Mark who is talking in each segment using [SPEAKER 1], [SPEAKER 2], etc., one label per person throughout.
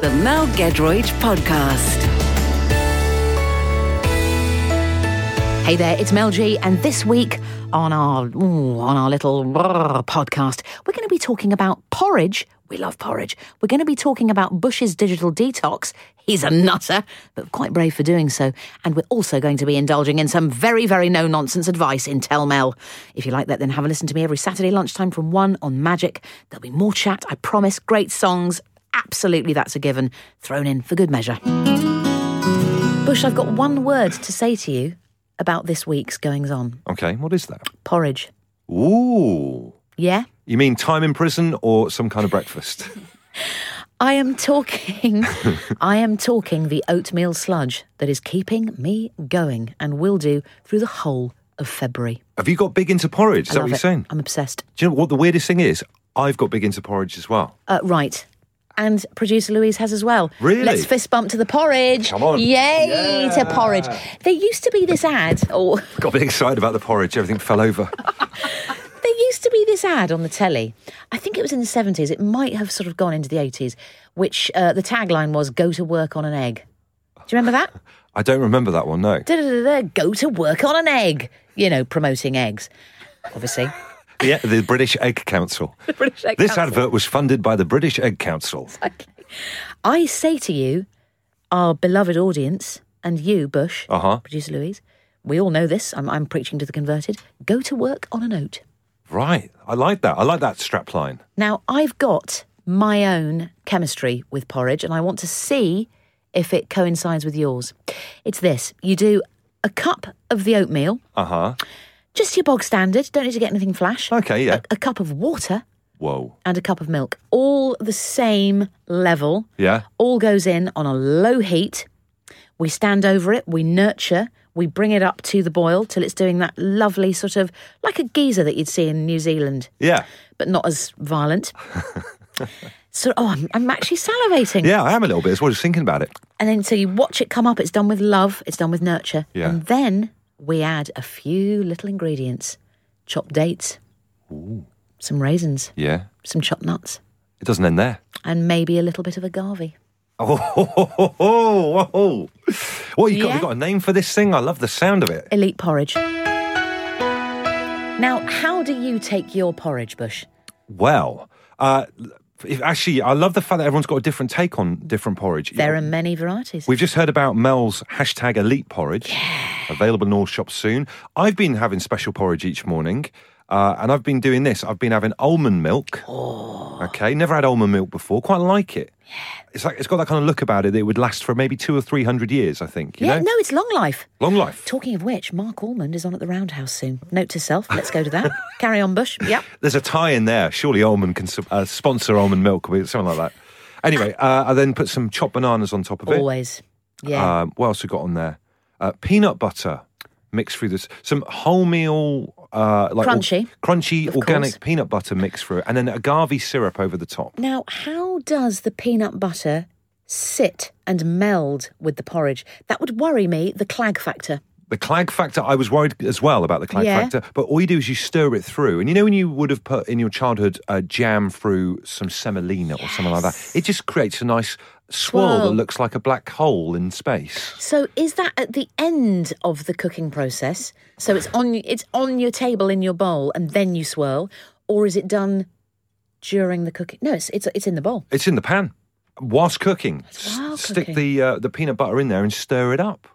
[SPEAKER 1] The Mel Gedroyd Podcast.
[SPEAKER 2] Hey there, it's Mel G, and this week on our ooh, on our little brrr podcast, we're going to be talking about porridge. We love porridge. We're going to be talking about Bush's digital detox. He's a nutter, but quite brave for doing so. And we're also going to be indulging in some very, very no nonsense advice in Tell Mel. If you like that, then have a listen to me every Saturday lunchtime from 1 on Magic. There'll be more chat, I promise. Great songs. Absolutely, that's a given. Thrown in for good measure. Bush, I've got one word to say to you about this week's goings on
[SPEAKER 3] Okay, what is that?
[SPEAKER 2] porridge.
[SPEAKER 3] Ooh.
[SPEAKER 2] Yeah?
[SPEAKER 3] You mean time in prison or some kind of breakfast?
[SPEAKER 2] I am talking, I am talking the oatmeal sludge that is keeping me going and will do through the whole of February.
[SPEAKER 3] Have you got big into porridge? Is
[SPEAKER 2] I
[SPEAKER 3] that
[SPEAKER 2] love
[SPEAKER 3] what you're
[SPEAKER 2] it.
[SPEAKER 3] saying?
[SPEAKER 2] I'm obsessed.
[SPEAKER 3] Do you know what the weirdest thing is? I've got big into porridge as well.
[SPEAKER 2] Uh, right. And producer Louise has as well.
[SPEAKER 3] Really?
[SPEAKER 2] Let's fist bump to the porridge.
[SPEAKER 3] Come on.
[SPEAKER 2] Yay to porridge. There used to be this ad, or
[SPEAKER 3] Got a bit excited about the porridge. Everything fell over.
[SPEAKER 2] There used to be this ad on the telly. I think it was in the 70s. It might have sort of gone into the 80s, which uh, the tagline was go to work on an egg. Do you remember that?
[SPEAKER 3] I don't remember that one, no.
[SPEAKER 2] Da-da-da-da, go to work on an egg. You know, promoting eggs, obviously.
[SPEAKER 3] Yeah, the British Egg Council.
[SPEAKER 2] British Egg
[SPEAKER 3] This
[SPEAKER 2] Council.
[SPEAKER 3] advert was funded by the British Egg Council.
[SPEAKER 2] Okay. I say to you, our beloved audience, and you, Bush,
[SPEAKER 3] Uh-huh.
[SPEAKER 2] producer Louise, we all know this. I'm, I'm preaching to the converted. Go to work on an oat.
[SPEAKER 3] Right. I like that. I like that strap line.
[SPEAKER 2] Now, I've got my own chemistry with porridge, and I want to see if it coincides with yours. It's this you do a cup of the oatmeal,
[SPEAKER 3] Uh huh.
[SPEAKER 2] just your bog standard, don't need to get anything flash.
[SPEAKER 3] Okay, yeah.
[SPEAKER 2] A, a cup of water
[SPEAKER 3] Whoa.
[SPEAKER 2] and a cup of milk, all the same level.
[SPEAKER 3] Yeah.
[SPEAKER 2] All goes in on a low heat. We stand over it, we nurture, we bring it up to the boil till it's doing that lovely sort of like a geyser that you'd see in New Zealand
[SPEAKER 3] Yeah.
[SPEAKER 2] but not as violent. so, oh, I'm, I'm actually salivating.
[SPEAKER 3] Yeah, I am a little bit. That's what I was thinking about it.
[SPEAKER 2] And then, so you watch it come up. It's done with love. It's done with nurture.
[SPEAKER 3] Yeah.
[SPEAKER 2] And then we add a few little ingredients: chopped dates, some raisins,
[SPEAKER 3] Yeah.
[SPEAKER 2] some chopped nuts,
[SPEAKER 3] It doesn't end there.
[SPEAKER 2] and maybe a little bit of agave.
[SPEAKER 3] Oh, ho, ho, ho, ho, ho. What, you got,
[SPEAKER 2] Yeah.
[SPEAKER 3] you got a name for this thing? I love the sound of it.
[SPEAKER 2] Elite porridge. Now, how do you take your porridge, Bush?
[SPEAKER 3] Well, uh, if, actually, I love the fact that everyone's got a different take on different porridge.
[SPEAKER 2] There are many varieties.
[SPEAKER 3] We've just heard about Mel's hashtag elite porridge, available in all shops soon. I've been having special porridge each morning, uh, and I've been doing this. I've been having almond milk.
[SPEAKER 2] Oh.
[SPEAKER 3] Okay, never had almond milk before. Quite like it. It's like it's got that kind of look about it that it would last for maybe two or three hundred years. I think. You
[SPEAKER 2] yeah,
[SPEAKER 3] know?
[SPEAKER 2] no, it's long life.
[SPEAKER 3] long life.
[SPEAKER 2] Talking of which, Mark Almond is on at the Roundhouse soon. Note to self, let's go to that. Carry on, Bush. Yep.
[SPEAKER 3] There's a tie in there. Surely almond can su- uh, sponsor almond milk or something like that. Anyway, uh, I then put some chopped bananas on top of it.
[SPEAKER 2] Always. Oh, Yeah.
[SPEAKER 3] Um, what else we got on there? Uh, peanut butter mixed through this. Some wholemeal, uh, like or-
[SPEAKER 2] Crunchy.
[SPEAKER 3] crunchy
[SPEAKER 2] Of
[SPEAKER 3] organic
[SPEAKER 2] course.
[SPEAKER 3] peanut butter mixed through, and then agave syrup over the top.
[SPEAKER 2] now, how does the peanut butter sit and meld with the porridge? That would worry me, the clag factor.
[SPEAKER 3] The clag factor, I was worried as well about the clag
[SPEAKER 2] Yeah.
[SPEAKER 3] factor, but all you do is you stir it through, and you know when you would have put in your childhood uh, jam through some semolina or something like that, it just creates a nice swirl
[SPEAKER 2] Swirl.
[SPEAKER 3] that looks like a black hole in space.
[SPEAKER 2] So is that at the end of the cooking process? So it's on it's on your table in your bowl and then you swirl, or is it done during the cooking? No, it's it's, it's in the bowl.
[SPEAKER 3] It's in the pan whilst cooking. S-
[SPEAKER 2] while
[SPEAKER 3] Stick
[SPEAKER 2] cooking.
[SPEAKER 3] the uh, the peanut butter in there and stir it up.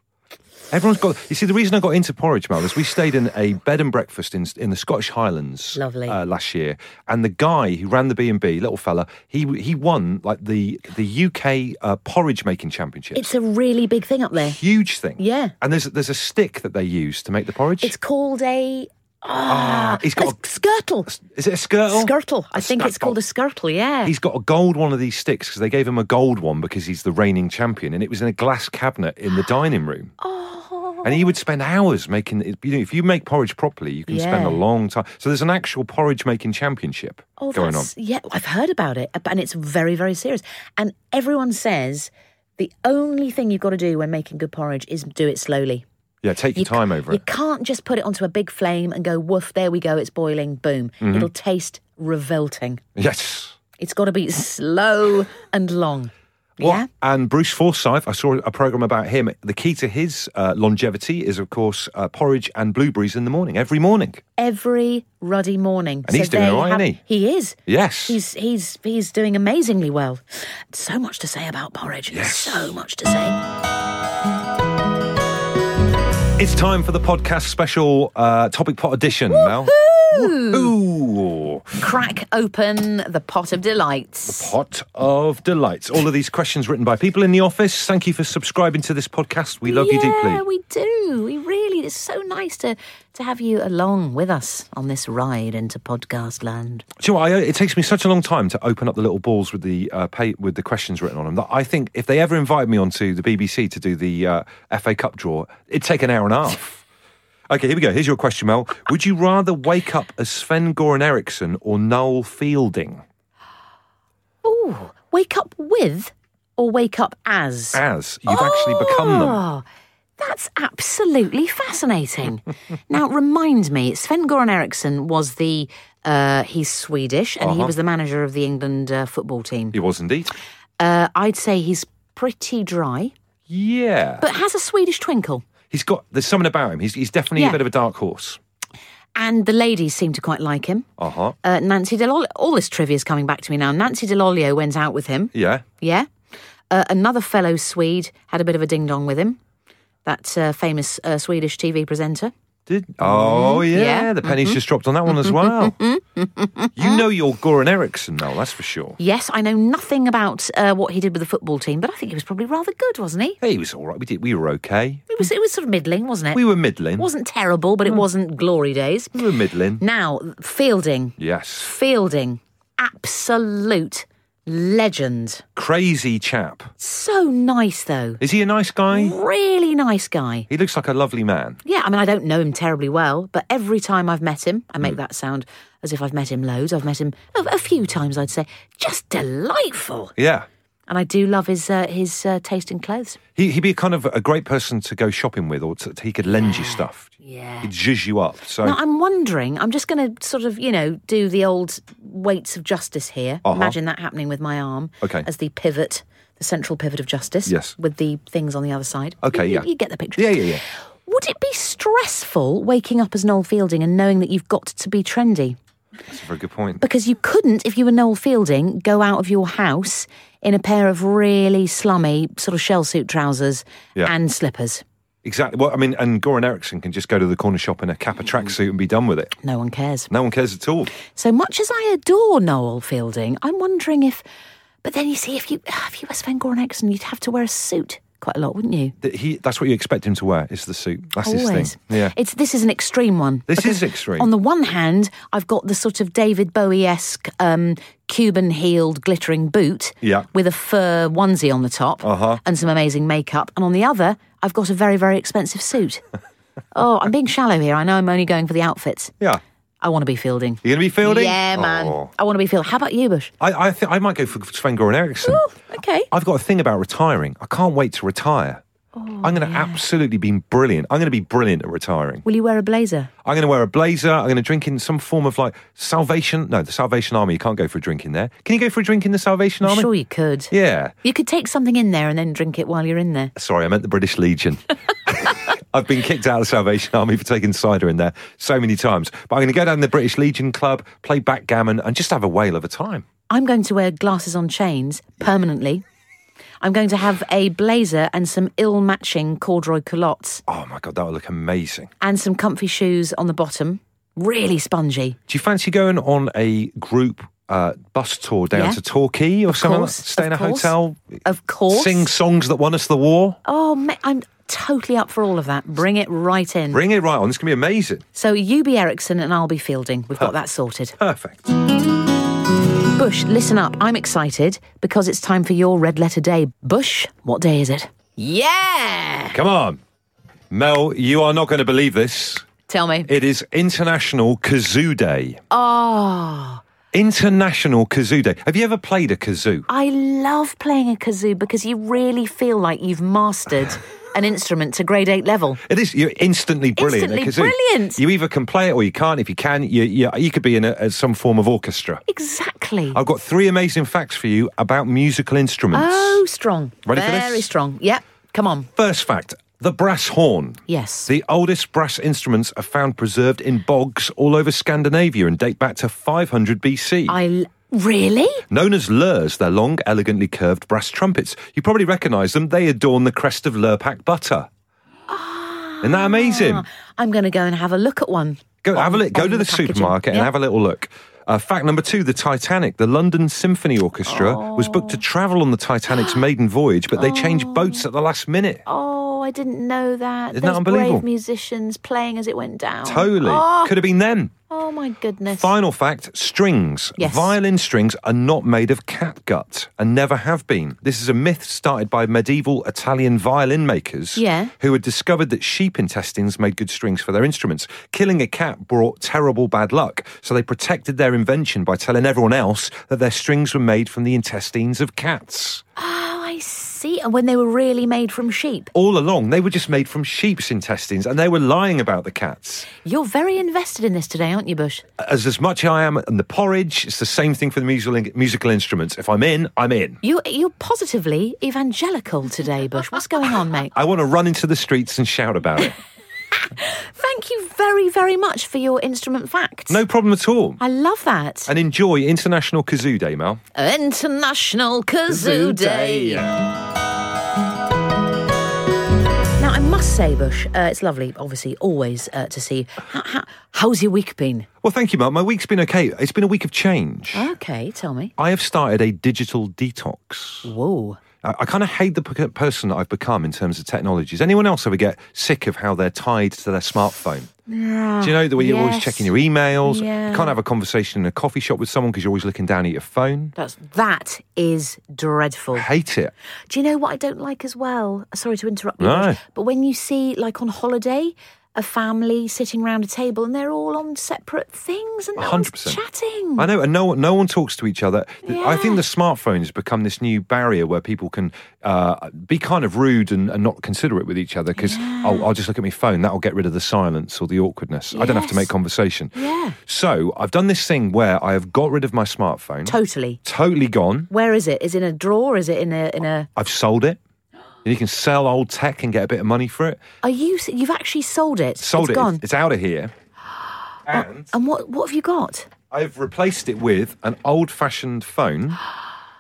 [SPEAKER 3] Everyone's got. You see, the reason I got into porridge, Mel, is we stayed in a bed and breakfast in in the Scottish Highlands,
[SPEAKER 2] Lovely.
[SPEAKER 3] uh, last year. And the guy who ran the B and B, little fella, he he won like the the UK uh, porridge making championships.
[SPEAKER 2] It's a really big thing up there.
[SPEAKER 3] huge thing.
[SPEAKER 2] Yeah.
[SPEAKER 3] And there's there's a stick that they use to make the porridge.
[SPEAKER 2] It's called a ah,
[SPEAKER 3] he's got
[SPEAKER 2] a
[SPEAKER 3] a-
[SPEAKER 2] skirtle.
[SPEAKER 3] is it a skirtle?
[SPEAKER 2] Skirtle. I
[SPEAKER 3] A
[SPEAKER 2] think it's called a skirtle. Yeah.
[SPEAKER 3] He's got a gold one of these sticks because they gave him a gold one because he's the reigning champion, and it was in a glass cabinet in the dining room.
[SPEAKER 2] oh.
[SPEAKER 3] And he would spend hours making. You know, if you make porridge properly, you can spend a
[SPEAKER 2] Yeah.
[SPEAKER 3] long time. So there's an actual porridge making championship
[SPEAKER 2] Oh,
[SPEAKER 3] going on.
[SPEAKER 2] that's, Yeah, I've heard about it, ab- and it's very, very serious. And everyone says the only thing you've got to do when making good porridge is do it slowly.
[SPEAKER 3] Yeah, take your
[SPEAKER 2] You
[SPEAKER 3] time
[SPEAKER 2] ca-
[SPEAKER 3] over
[SPEAKER 2] You
[SPEAKER 3] it.
[SPEAKER 2] can't just put it onto a big flame and go woof. There we go. It's boiling. Boom.
[SPEAKER 3] Mm-hmm.
[SPEAKER 2] It'll taste revolting.
[SPEAKER 3] Yes.
[SPEAKER 2] It's got to be slow and long.
[SPEAKER 3] What-
[SPEAKER 2] Yeah.
[SPEAKER 3] And Bruce Forsyth, I saw a program about him. The key to his uh, longevity is, of course, uh, porridge and blueberries in the morning, every morning.
[SPEAKER 2] every ruddy morning.
[SPEAKER 3] And he's doing
[SPEAKER 2] there
[SPEAKER 3] all
[SPEAKER 2] you
[SPEAKER 3] right,
[SPEAKER 2] have-
[SPEAKER 3] isn't
[SPEAKER 2] He is.
[SPEAKER 3] Yes.
[SPEAKER 2] He's he's he's doing amazingly well. So much to say about porridge. So much to say.
[SPEAKER 3] It's time for the podcast special uh, topic pot edition now. Ooh.
[SPEAKER 2] Crack open the pot of delights.
[SPEAKER 3] Pot of delights. All of these questions written by people in the office. Thank you for subscribing to this podcast. We love you
[SPEAKER 2] yeah,
[SPEAKER 3] deeply.
[SPEAKER 2] we do. We really. It's so nice to to have you along with us on this ride into podcast land.
[SPEAKER 3] Do you know what, I, it takes me such a long time to open up the little balls with the uh, pay, with the questions written on them that I think if they ever invite me onto the BBC to do the uh, FA Cup draw, it'd take an hour and a half. Okay, here we go. Here's your question, Mel. Would you rather wake up as Sven Goran Eriksson or Noel Fielding?
[SPEAKER 2] Oh, wake up with or wake up as?
[SPEAKER 3] As you've actually become them.
[SPEAKER 2] Oh, that's absolutely fascinating. now, remind me, Sven Goran Eriksson was the. Uh, he's Swedish and he was the manager of the England uh, football team.
[SPEAKER 3] He was indeed.
[SPEAKER 2] Uh, I'd say he's pretty dry,
[SPEAKER 3] Yeah.
[SPEAKER 2] but has a Swedish twinkle.
[SPEAKER 3] he's got, there's something about him. He's, he's definitely
[SPEAKER 2] Yeah.
[SPEAKER 3] a bit of a dark horse.
[SPEAKER 2] And the ladies seem to quite like him.
[SPEAKER 3] Uh huh.
[SPEAKER 2] Uh, Nancy Delolio. All this trivia is coming back to me now. Nancy Delolio went out with him.
[SPEAKER 3] Yeah.
[SPEAKER 2] Yeah. Uh, another fellow Swede had a bit of a ding dong with him. That uh, famous uh, Swedish TV presenter.
[SPEAKER 3] Did oh yeah,
[SPEAKER 2] yeah. Mm-hmm.
[SPEAKER 3] the pennies just dropped on that one as well. you know you're Goran Eriksson now, that's for sure.
[SPEAKER 2] Yes, I know nothing about uh, what he did with the football team, but I think he was probably rather good, wasn't he?
[SPEAKER 3] Hey, he was all right. We did. We were okay.
[SPEAKER 2] It was, it was sort of middling, wasn't it?
[SPEAKER 3] We were middling.
[SPEAKER 2] It wasn't terrible, but it wasn't glory days.
[SPEAKER 3] we were middling.
[SPEAKER 2] Now, Fielding.
[SPEAKER 3] Yes,
[SPEAKER 2] Fielding. Absolute legend.
[SPEAKER 3] crazy chap.
[SPEAKER 2] So nice, though.
[SPEAKER 3] Is he a nice guy?
[SPEAKER 2] Really nice guy.
[SPEAKER 3] He looks like a lovely man.
[SPEAKER 2] Yeah, I mean, I don't know him terribly well, but every time I've met him, I make
[SPEAKER 3] Hmm.
[SPEAKER 2] that sound as if I've met him loads. I've met him a, a few times, I'd say. Just delightful.
[SPEAKER 3] Yeah,
[SPEAKER 2] And I do love his, uh, his uh, taste in clothes.
[SPEAKER 3] he, he'd be kind of a great person to go shopping with, or to, he could lend you stuff.
[SPEAKER 2] Yeah.
[SPEAKER 3] He'd zhuzh you up. So
[SPEAKER 2] Now, I'm wondering, I'm just going to sort of, you know, do the old weights of justice here.
[SPEAKER 3] Uh-huh.
[SPEAKER 2] Imagine that happening with my arm
[SPEAKER 3] Okay.
[SPEAKER 2] as the pivot, the central pivot of justice.
[SPEAKER 3] Yes.
[SPEAKER 2] With the things on the other side.
[SPEAKER 3] Okay,
[SPEAKER 2] You- you-
[SPEAKER 3] yeah.
[SPEAKER 2] You get the picture.
[SPEAKER 3] yeah, yeah, yeah.
[SPEAKER 2] Would it be stressful waking up as Noel Fielding and knowing that you've got to be trendy?
[SPEAKER 3] That's a very good point.
[SPEAKER 2] Because you couldn't, if you were Noel Fielding, go out of your house in a pair of really slummy sort of shell suit trousers
[SPEAKER 3] Yeah.
[SPEAKER 2] and slippers.
[SPEAKER 3] Exactly. Well, I mean, and Goran Eriksson can just go to the corner shop in a Kappa tracksuit and be done with it.
[SPEAKER 2] No one cares.
[SPEAKER 3] No one cares at all.
[SPEAKER 2] So much as I adore Noel Fielding, I'm wondering if. But then you see, if you if you were Sven Goran Eriksson, you'd have to wear a suit quite a lot, wouldn't you?
[SPEAKER 3] That he that's what you expect him to wear is the suit. That's his
[SPEAKER 2] Always.
[SPEAKER 3] thing. Yeah.
[SPEAKER 2] It's this is an extreme one.
[SPEAKER 3] This
[SPEAKER 2] because
[SPEAKER 3] is extreme.
[SPEAKER 2] On the one hand, I've got the sort of David Bowie-esque um, Cuban heeled glittering boot
[SPEAKER 3] Yeah.
[SPEAKER 2] with a fur onesie on the top
[SPEAKER 3] Uh-huh.
[SPEAKER 2] and some amazing makeup, and on the other, I've got a very very expensive suit. oh, I'm being shallow here. I know I'm only going for the outfits.
[SPEAKER 3] yeah.
[SPEAKER 2] I want to be Fielding.
[SPEAKER 3] You gonna be fielding?
[SPEAKER 2] Yeah, man.
[SPEAKER 3] Oh.
[SPEAKER 2] I want to be Fielding. How about you, Bush?
[SPEAKER 3] I, I think I might go for Sven Goran Eriksson.
[SPEAKER 2] Oh, okay.
[SPEAKER 3] I've got a thing about retiring. I can't wait to retire.
[SPEAKER 2] Oh,
[SPEAKER 3] I'm going to absolutely be brilliant. I'm going to be brilliant at retiring.
[SPEAKER 2] Will you wear a blazer?
[SPEAKER 3] I'm going to wear a blazer. I'm going to drink in some form of like Salvation. No, the Salvation Army. You can't go for a drink in there. Can you go for a drink in the Salvation
[SPEAKER 2] I'm
[SPEAKER 3] Army?
[SPEAKER 2] sure you could.
[SPEAKER 3] Yeah.
[SPEAKER 2] You could take something in there and then drink it while you're in there.
[SPEAKER 3] Sorry, I meant the British Legion. I've been kicked out of the Salvation Army for taking cider in there so many times. But I'm going to go down to the British Legion Club, play backgammon, and just have a whale of a time.
[SPEAKER 2] I'm going to wear glasses on chains permanently. I'm going to have a blazer and some ill matching corduroy culottes
[SPEAKER 3] Oh my God, that would look amazing.
[SPEAKER 2] and some comfy shoes on the bottom. Really spongy.
[SPEAKER 3] Do you fancy going on a group uh, bus tour down
[SPEAKER 2] Yeah.
[SPEAKER 3] to Torquay or somewhere? like-
[SPEAKER 2] course,
[SPEAKER 3] Stay in a
[SPEAKER 2] of course.
[SPEAKER 3] hotel,
[SPEAKER 2] Of course.
[SPEAKER 3] sing songs that won us the war.
[SPEAKER 2] Oh, ma- I'm totally up for all of that. Bring it right in.
[SPEAKER 3] Bring it right on. It's going to be amazing.
[SPEAKER 2] so you be Ericsson and I'll be Fielding. We've got that sorted.
[SPEAKER 3] Perfect.
[SPEAKER 2] Bush, listen up. I'm excited because it's time for your red letter day. Bush, what day is it? Yeah!
[SPEAKER 3] Come on. Mel, you are not going to believe this.
[SPEAKER 2] Tell me.
[SPEAKER 3] It is International Kazoo Day.
[SPEAKER 2] Oh.
[SPEAKER 3] International Kazoo Day. Have you ever played a kazoo?
[SPEAKER 2] I love playing a kazoo because you really feel like you've mastered an instrument to grade eight level.
[SPEAKER 3] It is. You're instantly brilliant. at
[SPEAKER 2] Instantly
[SPEAKER 3] kazoo.
[SPEAKER 2] brilliant.
[SPEAKER 3] You either can play it or you can't. If you can, you you, you could be in a, a- some form of orchestra.
[SPEAKER 2] Exactly.
[SPEAKER 3] I've got three amazing facts for you about musical instruments.
[SPEAKER 2] Oh, strong.
[SPEAKER 3] Ready for
[SPEAKER 2] Very
[SPEAKER 3] this?
[SPEAKER 2] strong. Yep. Come on.
[SPEAKER 3] First fact: the brass horn.
[SPEAKER 2] Yes.
[SPEAKER 3] The oldest brass instruments are found preserved in bogs all over Scandinavia and date back to 500 BC.
[SPEAKER 2] I l- really?
[SPEAKER 3] Known as lurs, they're long, elegantly curved brass trumpets. You probably recognise them. They adorn the crest of Lurpak Butter.
[SPEAKER 2] Ah.
[SPEAKER 3] Isn't that amazing?
[SPEAKER 2] I'm going to go and have a look at one.
[SPEAKER 3] Go have a
[SPEAKER 2] on-
[SPEAKER 3] look. Go
[SPEAKER 2] on
[SPEAKER 3] to the,
[SPEAKER 2] packaging.
[SPEAKER 3] supermarket and
[SPEAKER 2] Yep.
[SPEAKER 3] have a little look. Uh, fact number two: the Titanic. The London Symphony Orchestra was booked to
[SPEAKER 2] Oh.
[SPEAKER 3] travel on the Titanic's maiden voyage, but they changed boats at the last minute.
[SPEAKER 2] Oh, I didn't know that.
[SPEAKER 3] Isn't that
[SPEAKER 2] Those
[SPEAKER 3] unbelievable?
[SPEAKER 2] Brave musicians playing as it went down.
[SPEAKER 3] Totally,
[SPEAKER 2] Oh,
[SPEAKER 3] could have been them.
[SPEAKER 2] oh my goodness.
[SPEAKER 3] Final fact strings.
[SPEAKER 2] Yes.
[SPEAKER 3] Violin strings are not made of catgut and never have been. This is a myth started by medieval Italian violin makers
[SPEAKER 2] Yeah.
[SPEAKER 3] who had discovered that sheep intestines made good strings for their instruments. Killing a cat brought terrible bad luck, so they protected their invention by telling everyone else that their strings were made from the intestines of cats.
[SPEAKER 2] Oh, I see. And when they were really made from sheep.
[SPEAKER 3] All along, they were just made from sheep's intestines and they were lying about the cats.
[SPEAKER 2] You're very invested in this today, aren't you, Bush?
[SPEAKER 3] as as much I am in the porridge, it's the same thing for the musical musical instruments. If I'm in, I'm in.
[SPEAKER 2] You, you're positively evangelical today, Bush. What's going on, mate?
[SPEAKER 3] I want to run into the streets and shout about it.
[SPEAKER 2] Thank you very, very much for your instrument facts.
[SPEAKER 3] No problem at all.
[SPEAKER 2] I love that.
[SPEAKER 3] And enjoy International Kazoo Day, Mel.
[SPEAKER 2] International Kazoo Day. Now, I must say, Bush, uh, it's lovely, obviously, always uh, to see. How, how, how's your week been?
[SPEAKER 3] Well, thank you, Mel. My week's been okay. It's been a week of change.
[SPEAKER 2] Okay, tell me.
[SPEAKER 3] I have started a digital detox.
[SPEAKER 2] Whoa.
[SPEAKER 3] I, I kind of hate the p- person that I've become in terms of technologies. Anyone else ever get sick of how they're tied to their smartphone? Do you know the way you're always
[SPEAKER 2] Oh, yes.
[SPEAKER 3] checking your emails?
[SPEAKER 2] Yeah.
[SPEAKER 3] You can't have a conversation in a coffee shop with someone because you're always looking down at your phone.
[SPEAKER 2] That's, that is dreadful.
[SPEAKER 3] I hate it.
[SPEAKER 2] Do you know what I don't like as well? Sorry to interrupt you,
[SPEAKER 3] No.
[SPEAKER 2] Bush, but when you see, like on holiday, a family sitting round a table and they're all on separate things and no one's
[SPEAKER 3] 100%.
[SPEAKER 2] chatting.
[SPEAKER 3] I know, and no one, no one talks to each other. Th- I
[SPEAKER 2] Yeah.
[SPEAKER 3] think the smartphone has become this new barrier where people can uh, be kind of rude and, and not considerate with each other because I'll, I'll just look at my phone. That'll get rid of the silence or the awkwardness. I don't have
[SPEAKER 2] Yes.
[SPEAKER 3] to make conversation.
[SPEAKER 2] Yeah.
[SPEAKER 3] So I've done this thing where I have got rid of my smartphone,
[SPEAKER 2] Totally.
[SPEAKER 3] totally gone.
[SPEAKER 2] Where is it? Is it in a drawer? Is it in a in a?
[SPEAKER 3] I've sold it. And you can sell old tech and get a bit of money for it.
[SPEAKER 2] Are you? You've actually sold it. it's
[SPEAKER 3] Sold it.
[SPEAKER 2] Gone. Oh.
[SPEAKER 3] It's, it's out of here. And
[SPEAKER 2] and what what have you got?
[SPEAKER 3] I've replaced it with an old fashioned phone,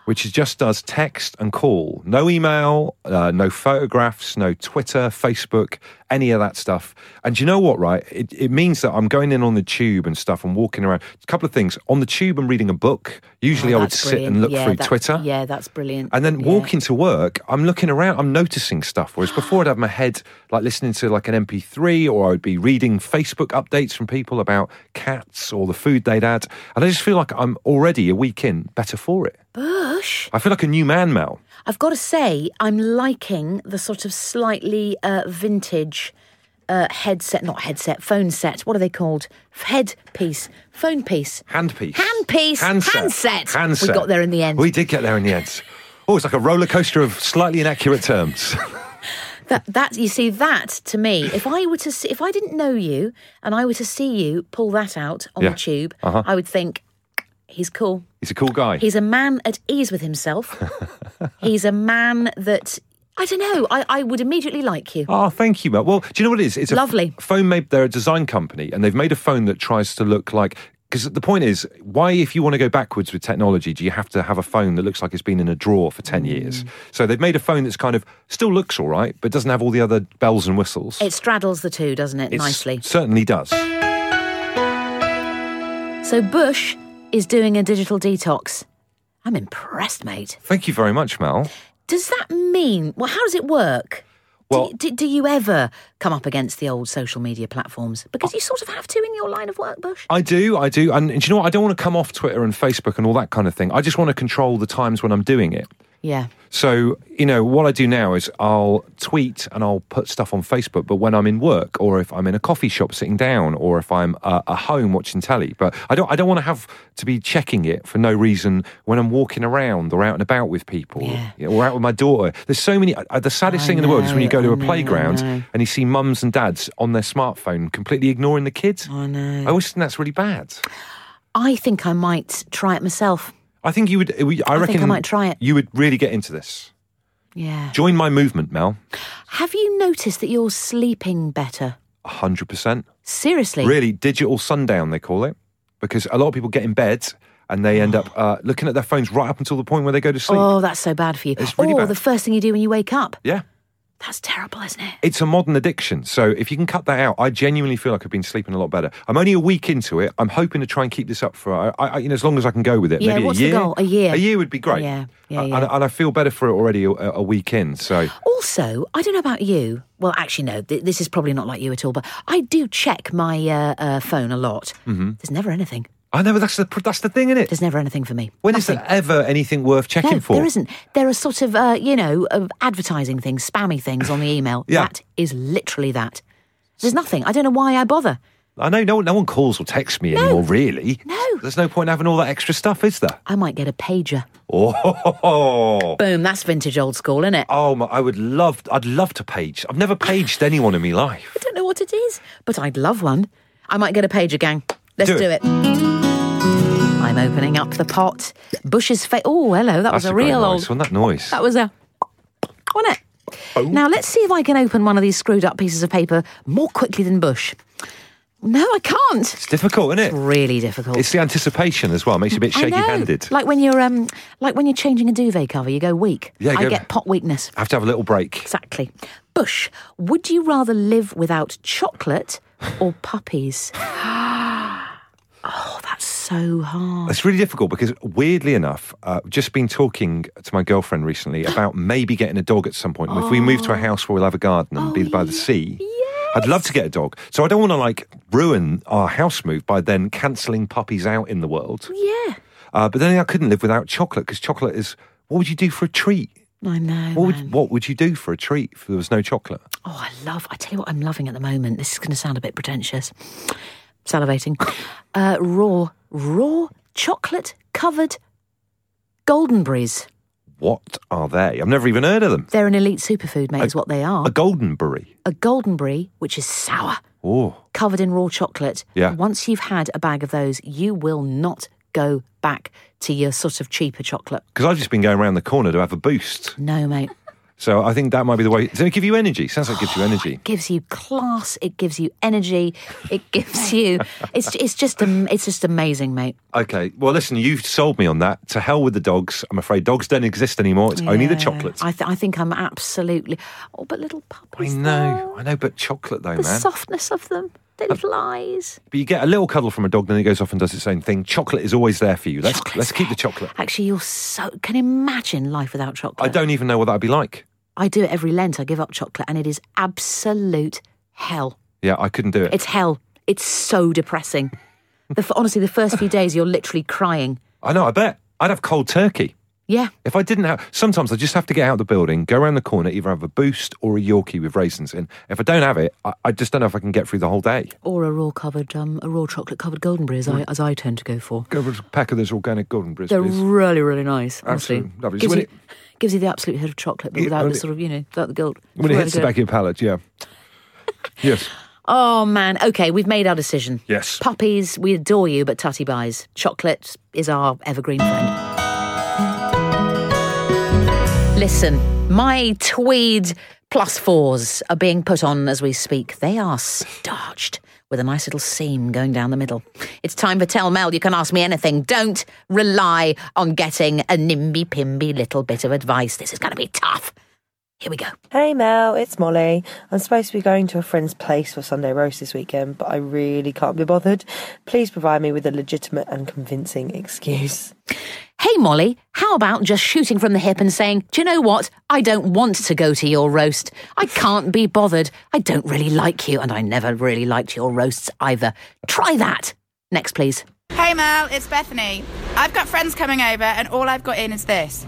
[SPEAKER 3] which is- just does text and call. No email, uh, no photographs, no Twitter, Facebook, any of that stuff. And do you know what, right? It, it means that I'm going in on the tube and stuff and walking around. A couple of things. On the tube, I'm reading a book. Usually I would
[SPEAKER 2] Oh, That's
[SPEAKER 3] sit
[SPEAKER 2] brilliant.
[SPEAKER 3] and look
[SPEAKER 2] Yeah,
[SPEAKER 3] through
[SPEAKER 2] that-
[SPEAKER 3] Twitter.
[SPEAKER 2] Yeah, that's brilliant.
[SPEAKER 3] And then
[SPEAKER 2] Yeah.
[SPEAKER 3] walking to work, I'm looking around, I'm noticing stuff. Whereas before, I'd have my head like listening to like an MP3, or I'd be reading Facebook updates from people about cats or the food they'd had. And I just feel like I'm already a week in better for it.
[SPEAKER 2] Bush,
[SPEAKER 3] I feel like a new man, Mel.
[SPEAKER 2] I've got to say, I'm liking the sort of slightly uh, vintage uh, headset, not headset, phone set. What are they called? F- Headpiece, phone piece.
[SPEAKER 3] Handpiece.
[SPEAKER 2] Handpiece.
[SPEAKER 3] Handset.
[SPEAKER 2] Handset.
[SPEAKER 3] Handset.
[SPEAKER 2] We got there in the end.
[SPEAKER 3] We did get there in the end. Oh, it's like a roller coaster of slightly inaccurate terms.
[SPEAKER 2] That that you see that to me, if I were to see, if I didn't know you and I were to see you pull that out on
[SPEAKER 3] Yeah. Uh-huh.
[SPEAKER 2] the tube, I would think he's cool.
[SPEAKER 3] He's a cool guy.
[SPEAKER 2] He's a man at ease with himself. He's a man that I don't know. I, I would immediately like you.
[SPEAKER 3] Oh, thank you, Mel. Well, do you know what it is? It's a
[SPEAKER 2] Lovely.
[SPEAKER 3] f- phone made. They're a design company, and they've made a phone that tries to look like. Because the point is, why, if you want to go backwards with technology, do you have to have a phone that looks like it's been in a drawer for ten years?
[SPEAKER 2] Mm.
[SPEAKER 3] So they've made a phone that's kind of still looks all right, but doesn't have all the other bells and whistles.
[SPEAKER 2] It straddles the two, doesn't it?
[SPEAKER 3] It
[SPEAKER 2] Nicely.
[SPEAKER 3] certainly does.
[SPEAKER 2] So Bush is doing a digital detox. I'm impressed, mate.
[SPEAKER 3] Thank you very much, Mel.
[SPEAKER 2] Does that mean? Well, how does it work?
[SPEAKER 3] Well-
[SPEAKER 2] do, do, do you ever come up against the old social media platforms? Because you sort of have to in your line of work, Bush.
[SPEAKER 3] I do, I do, and, and do you know what? I don't want to come off Twitter and Facebook and all that kind of thing. I just want to control the times when I'm doing it.
[SPEAKER 2] Yeah.
[SPEAKER 3] So, you know, what I do now is I'll tweet and I'll put stuff on Facebook, but when I'm in work or if I'm in a coffee shop sitting down or if I'm uh, at home watching telly, but I don't I don't want to have to be checking it for no reason when I'm walking around or out and about with people
[SPEAKER 2] Yeah.
[SPEAKER 3] you know, or out with my daughter. There's so many uh, the saddest
[SPEAKER 2] I
[SPEAKER 3] thing in the world is when you
[SPEAKER 2] know,
[SPEAKER 3] go to
[SPEAKER 2] I
[SPEAKER 3] a
[SPEAKER 2] know, I
[SPEAKER 3] playground
[SPEAKER 2] know.
[SPEAKER 3] and you see mums and dads on their smartphone completely ignoring the kids.
[SPEAKER 2] I know.
[SPEAKER 3] I always think that's really bad.
[SPEAKER 2] I think I might try it myself.
[SPEAKER 3] I think you would I reckon
[SPEAKER 2] I might try it.
[SPEAKER 3] You would really get into this.
[SPEAKER 2] Yeah.
[SPEAKER 3] Join my movement, Mel.
[SPEAKER 2] Have you noticed that you're sleeping better?
[SPEAKER 3] 100%.
[SPEAKER 2] Seriously.
[SPEAKER 3] Really, digital sundown, they call it, because a lot of people get in bed and they end up uh, looking at their phones right up until the point where they go to sleep.
[SPEAKER 2] Oh, that's so bad for you.
[SPEAKER 3] It's really
[SPEAKER 2] or
[SPEAKER 3] bad.
[SPEAKER 2] the first thing you do when you wake up.
[SPEAKER 3] Yeah.
[SPEAKER 2] That's terrible, isn't it?
[SPEAKER 3] It's a modern addiction. So if you can cut that out, I genuinely feel like I've been sleeping a lot better. I'm only a week into it. I'm hoping to try and keep this up for I, I, you know, as long as I can go with it.
[SPEAKER 2] Yeah,
[SPEAKER 3] Maybe
[SPEAKER 2] what's
[SPEAKER 3] a
[SPEAKER 2] the
[SPEAKER 3] year.
[SPEAKER 2] goal? A year.
[SPEAKER 3] A year would be great.
[SPEAKER 2] Yeah, yeah,
[SPEAKER 3] Uh,
[SPEAKER 2] yeah.
[SPEAKER 3] And, and I feel better for it already a, a week in. So
[SPEAKER 2] Also, I don't know about you. Well, actually, no, th- this is probably not like you at all, but I do check my uh, uh, phone a lot. Mm-hmm. There's never anything.
[SPEAKER 3] I know but that's the that's the thing, isn't it?
[SPEAKER 2] There's never anything for me.
[SPEAKER 3] When is
[SPEAKER 2] Nothing.
[SPEAKER 3] there ever anything worth checking
[SPEAKER 2] No,
[SPEAKER 3] for?
[SPEAKER 2] there isn't. There are sort of, uh, you know, uh, advertising things, spammy things on the email.
[SPEAKER 3] Yeah.
[SPEAKER 2] That is literally that. There's nothing. I don't know why I bother.
[SPEAKER 3] I know no one, no one calls or texts me anymore, really.
[SPEAKER 2] No.
[SPEAKER 3] There's no point in having all that extra stuff, is there?
[SPEAKER 2] I might get a pager.
[SPEAKER 3] Oh,
[SPEAKER 2] Boom, that's vintage old school, isn't it?
[SPEAKER 3] oh my, I would love, I'd love to page. I've never paged anyone in my life.
[SPEAKER 2] I don't know what it is, but I'd love one. I might get a pager, gang. Let's do,
[SPEAKER 3] Do
[SPEAKER 2] it.
[SPEAKER 3] it.
[SPEAKER 2] I'm opening up the pot. Bush's face. Oh, hello. That was
[SPEAKER 3] That's
[SPEAKER 2] a
[SPEAKER 3] great
[SPEAKER 2] real old.
[SPEAKER 3] noise, wasn't that noise?
[SPEAKER 2] That was a. On it. Now let's see if I can open one of these screwed up pieces of paper more quickly than Bush. No, I can't.
[SPEAKER 3] it's difficult, isn't it?
[SPEAKER 2] Really difficult.
[SPEAKER 3] It's the anticipation as well. Makes you a bit
[SPEAKER 2] I know.
[SPEAKER 3] shaky-handed.
[SPEAKER 2] Like when you're um, like when you're changing a duvet cover, you go weak.
[SPEAKER 3] Yeah, you
[SPEAKER 2] I
[SPEAKER 3] go-
[SPEAKER 2] get pot weakness.
[SPEAKER 3] I have to have a little break.
[SPEAKER 2] Exactly. Bush, would you rather live without chocolate or puppies? oh, that's so hard.
[SPEAKER 3] It's really difficult because, weirdly enough, uh, just been talking to my girlfriend recently about maybe getting a dog at some point. If we move to
[SPEAKER 2] Oh.
[SPEAKER 3] a house where we'll have a garden and be by the sea, I'd love to get a dog. So I don't want to like ruin our house move by then cancelling puppies out in the world.
[SPEAKER 2] Yeah,
[SPEAKER 3] Uh, but then I couldn't live without chocolate because chocolate is what would you do for a treat?
[SPEAKER 2] I know.
[SPEAKER 3] What would,
[SPEAKER 2] man.
[SPEAKER 3] what would you do for a treat if there was no chocolate?
[SPEAKER 2] Oh, I love. I tell you what, I'm loving at the moment. This is going to sound a bit pretentious, salivating. Uh, raw, raw chocolate covered goldenberries.
[SPEAKER 3] What are they? I've never even heard of them.
[SPEAKER 2] They're an elite superfood, mate. is what they are.
[SPEAKER 3] A golden berry.
[SPEAKER 2] a goldenberry, which is sour,
[SPEAKER 3] Oh,
[SPEAKER 2] covered in raw chocolate.
[SPEAKER 3] Yeah.
[SPEAKER 2] Once you've had a bag of those, you will not go back to your sort of cheaper chocolate.
[SPEAKER 3] because I've just been going around the corner to have a boost.
[SPEAKER 2] No, mate.
[SPEAKER 3] So I think that might be the way. Does it give you energy? Sounds like it gives you energy.
[SPEAKER 2] Gives you class. It gives you energy. It gives you. It's it's just am- it's just amazing, mate.
[SPEAKER 3] Okay. Well, listen, you've sold me on that. To hell with the dogs. I'm afraid dogs don't exist anymore. It's only the
[SPEAKER 2] Yeah.
[SPEAKER 3] chocolate.
[SPEAKER 2] Uh, I, th- I think I'm absolutely. Oh, but little puppies.
[SPEAKER 3] know. I know, but chocolate though,
[SPEAKER 2] though. The
[SPEAKER 3] man. Uh,
[SPEAKER 2] softness of them. Their little eyes.
[SPEAKER 3] but you get a little cuddle from a dog, then it goes off and does its own thing. Chocolate is always there for you. Let's
[SPEAKER 2] Chocolate's
[SPEAKER 3] let's keep the
[SPEAKER 2] there.
[SPEAKER 3] chocolate.
[SPEAKER 2] Actually, you're so. Can you imagine life without chocolate?
[SPEAKER 3] I don't even know what that'd be like.
[SPEAKER 2] I do it every Lent. I give up chocolate, and it is absolute hell.
[SPEAKER 3] Yeah, I couldn't do it.
[SPEAKER 2] It's hell. It's so depressing. The, f- honestly, the first few days you're literally crying.
[SPEAKER 3] I know, I bet. I'd have cold turkey.
[SPEAKER 2] Yeah,
[SPEAKER 3] If I didn't have, sometimes I just have to get out of the building, go around the corner, either have a boost or a Yorkie with raisins in. If I don't have it, I, I just don't know if I can get through the whole day.
[SPEAKER 2] or a raw covered, um, a raw chocolate covered goldenberry, as I as I tend to go for.
[SPEAKER 3] Go with a pack of those organic golden brisbane.
[SPEAKER 2] They're really, really nice. Honestly,
[SPEAKER 3] Absolutely lovely. So
[SPEAKER 2] Gives,
[SPEAKER 3] when
[SPEAKER 2] you, gives you the absolute hit of chocolate, but
[SPEAKER 3] Yeah,
[SPEAKER 2] without
[SPEAKER 3] when
[SPEAKER 2] the
[SPEAKER 3] it-
[SPEAKER 2] sort of you know without the guilt. It's
[SPEAKER 3] when it
[SPEAKER 2] really
[SPEAKER 3] hits the
[SPEAKER 2] good.
[SPEAKER 3] back of your palate, yeah. yes.
[SPEAKER 2] Oh man. Okay, we've made our decision.
[SPEAKER 3] Yes.
[SPEAKER 2] Puppies, we adore you, but tutty buys. Chocolate is our evergreen friend. Listen, my tweed plus fours are being put on as we speak. They are starched with a nice little seam going down the middle. It's time for Tell Mel. You can ask me anything. Don't rely on getting a nimby-pimby little bit of advice. This is going to be tough. Here we go.
[SPEAKER 4] Hey Mel, it's Molly. I'm supposed to be going to a friend's place for Sunday roast this weekend, but I really can't be bothered. Please provide me with a legitimate and convincing excuse.
[SPEAKER 2] Hey, Molly, how about just shooting from the hip and saying, Do you know what? I don't want to go to your roast. I can't be bothered. I don't really like you, and I never really liked your roasts either. Try that. Next, please.
[SPEAKER 5] Hey Mel, it's Bethany. I've got friends coming over and all I've got in is this.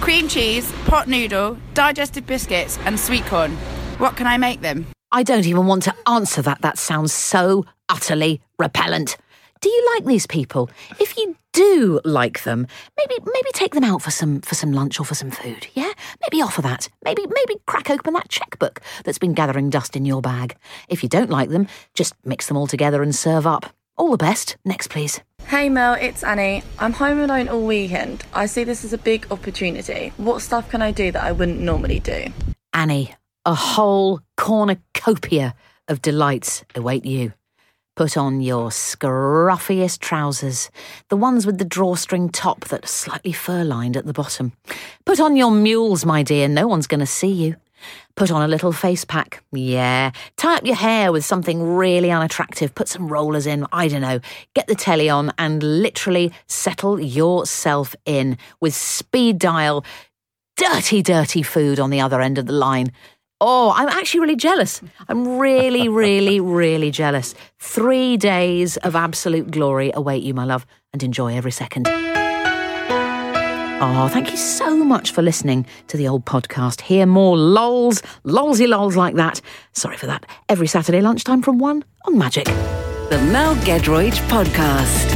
[SPEAKER 5] cream cheese, pot noodle, digestive biscuits, and sweet corn. What can I make them?
[SPEAKER 2] I don't even want to answer that. That sounds so utterly repellent. Do you like these people? If you do like them, maybe maybe take them out for some for some lunch or for some food. Yeah, maybe offer that. Maybe maybe crack open that checkbook that's been gathering dust in your bag. If you don't like them, just mix them all together and serve up. All the best. Next, please.
[SPEAKER 6] Hey Mel, it's Annie. I'm home alone all weekend. I see this as a big opportunity. What stuff can I do that I wouldn't normally do?
[SPEAKER 2] Annie, a whole cornucopia of delights await you. Put on your scruffiest trousers, the ones with the drawstring top that are slightly fur lined at the bottom. Put on your mules, my dear, no one's going to see you. Put on a little face pack. Yeah. Tie up your hair with something really unattractive. Put some rollers in. I don't know. Get the telly on and literally settle yourself in with speed dial dirty, dirty food on the other end of the line. Oh, I'm actually really jealous. I'm really, really, really jealous. Three days of absolute glory await you, my love, and enjoy every second. Oh, thank you so much for listening to the old podcast. Hear more lols, lolsy lols like that. Sorry for that. Every Saturday lunchtime from 1 on Magic.
[SPEAKER 1] The Mel Gedroyd Podcast.